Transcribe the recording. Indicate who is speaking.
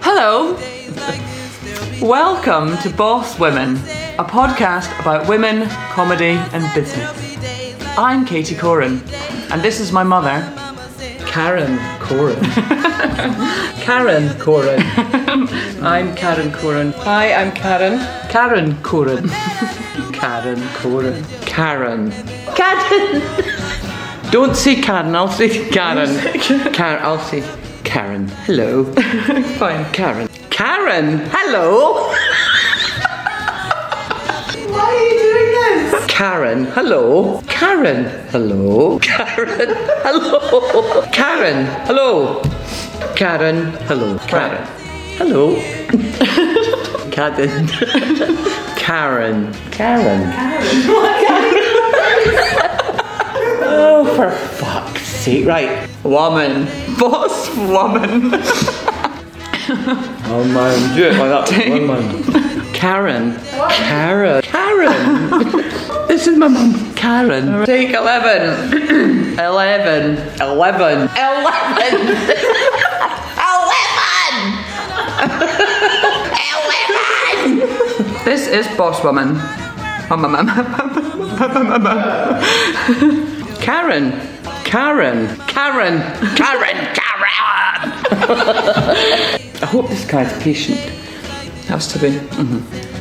Speaker 1: Hello. Welcome to Boss Women, a podcast about women, comedy, and business. I'm Katie Corin, and this is my mother.
Speaker 2: Karen Corin. Karen Corin. I'm Karen Corin. Hi, I'm Karen. Karen Corin. Karen Corin. Karen.
Speaker 1: Karen.
Speaker 2: Don't say Karen, I'll say Karen. Karen, I'll say Karen. Hello.
Speaker 1: Fine.
Speaker 2: Karen. Karen! Hello!
Speaker 1: Why are you doing this?
Speaker 2: Karen, hello. Karen, hello. Karen, hello. Karen, hello. Karen, hello. Karen, hello. Karen. Karen. Karen. oh, for fuck's sake. Right. Woman. Boss woman.
Speaker 3: One man.
Speaker 2: Yeah.
Speaker 3: Oh, that was one man.
Speaker 2: Karen. Karen. Karen. this is my mum. Karen. Take 11. 11. 11. 11. 11.
Speaker 1: This is Boss Woman. Oh, my mum.
Speaker 2: Karen. Karen. Karen. Karen. Karen. I hope this guy's patient.
Speaker 1: Has to be.
Speaker 2: Mhm.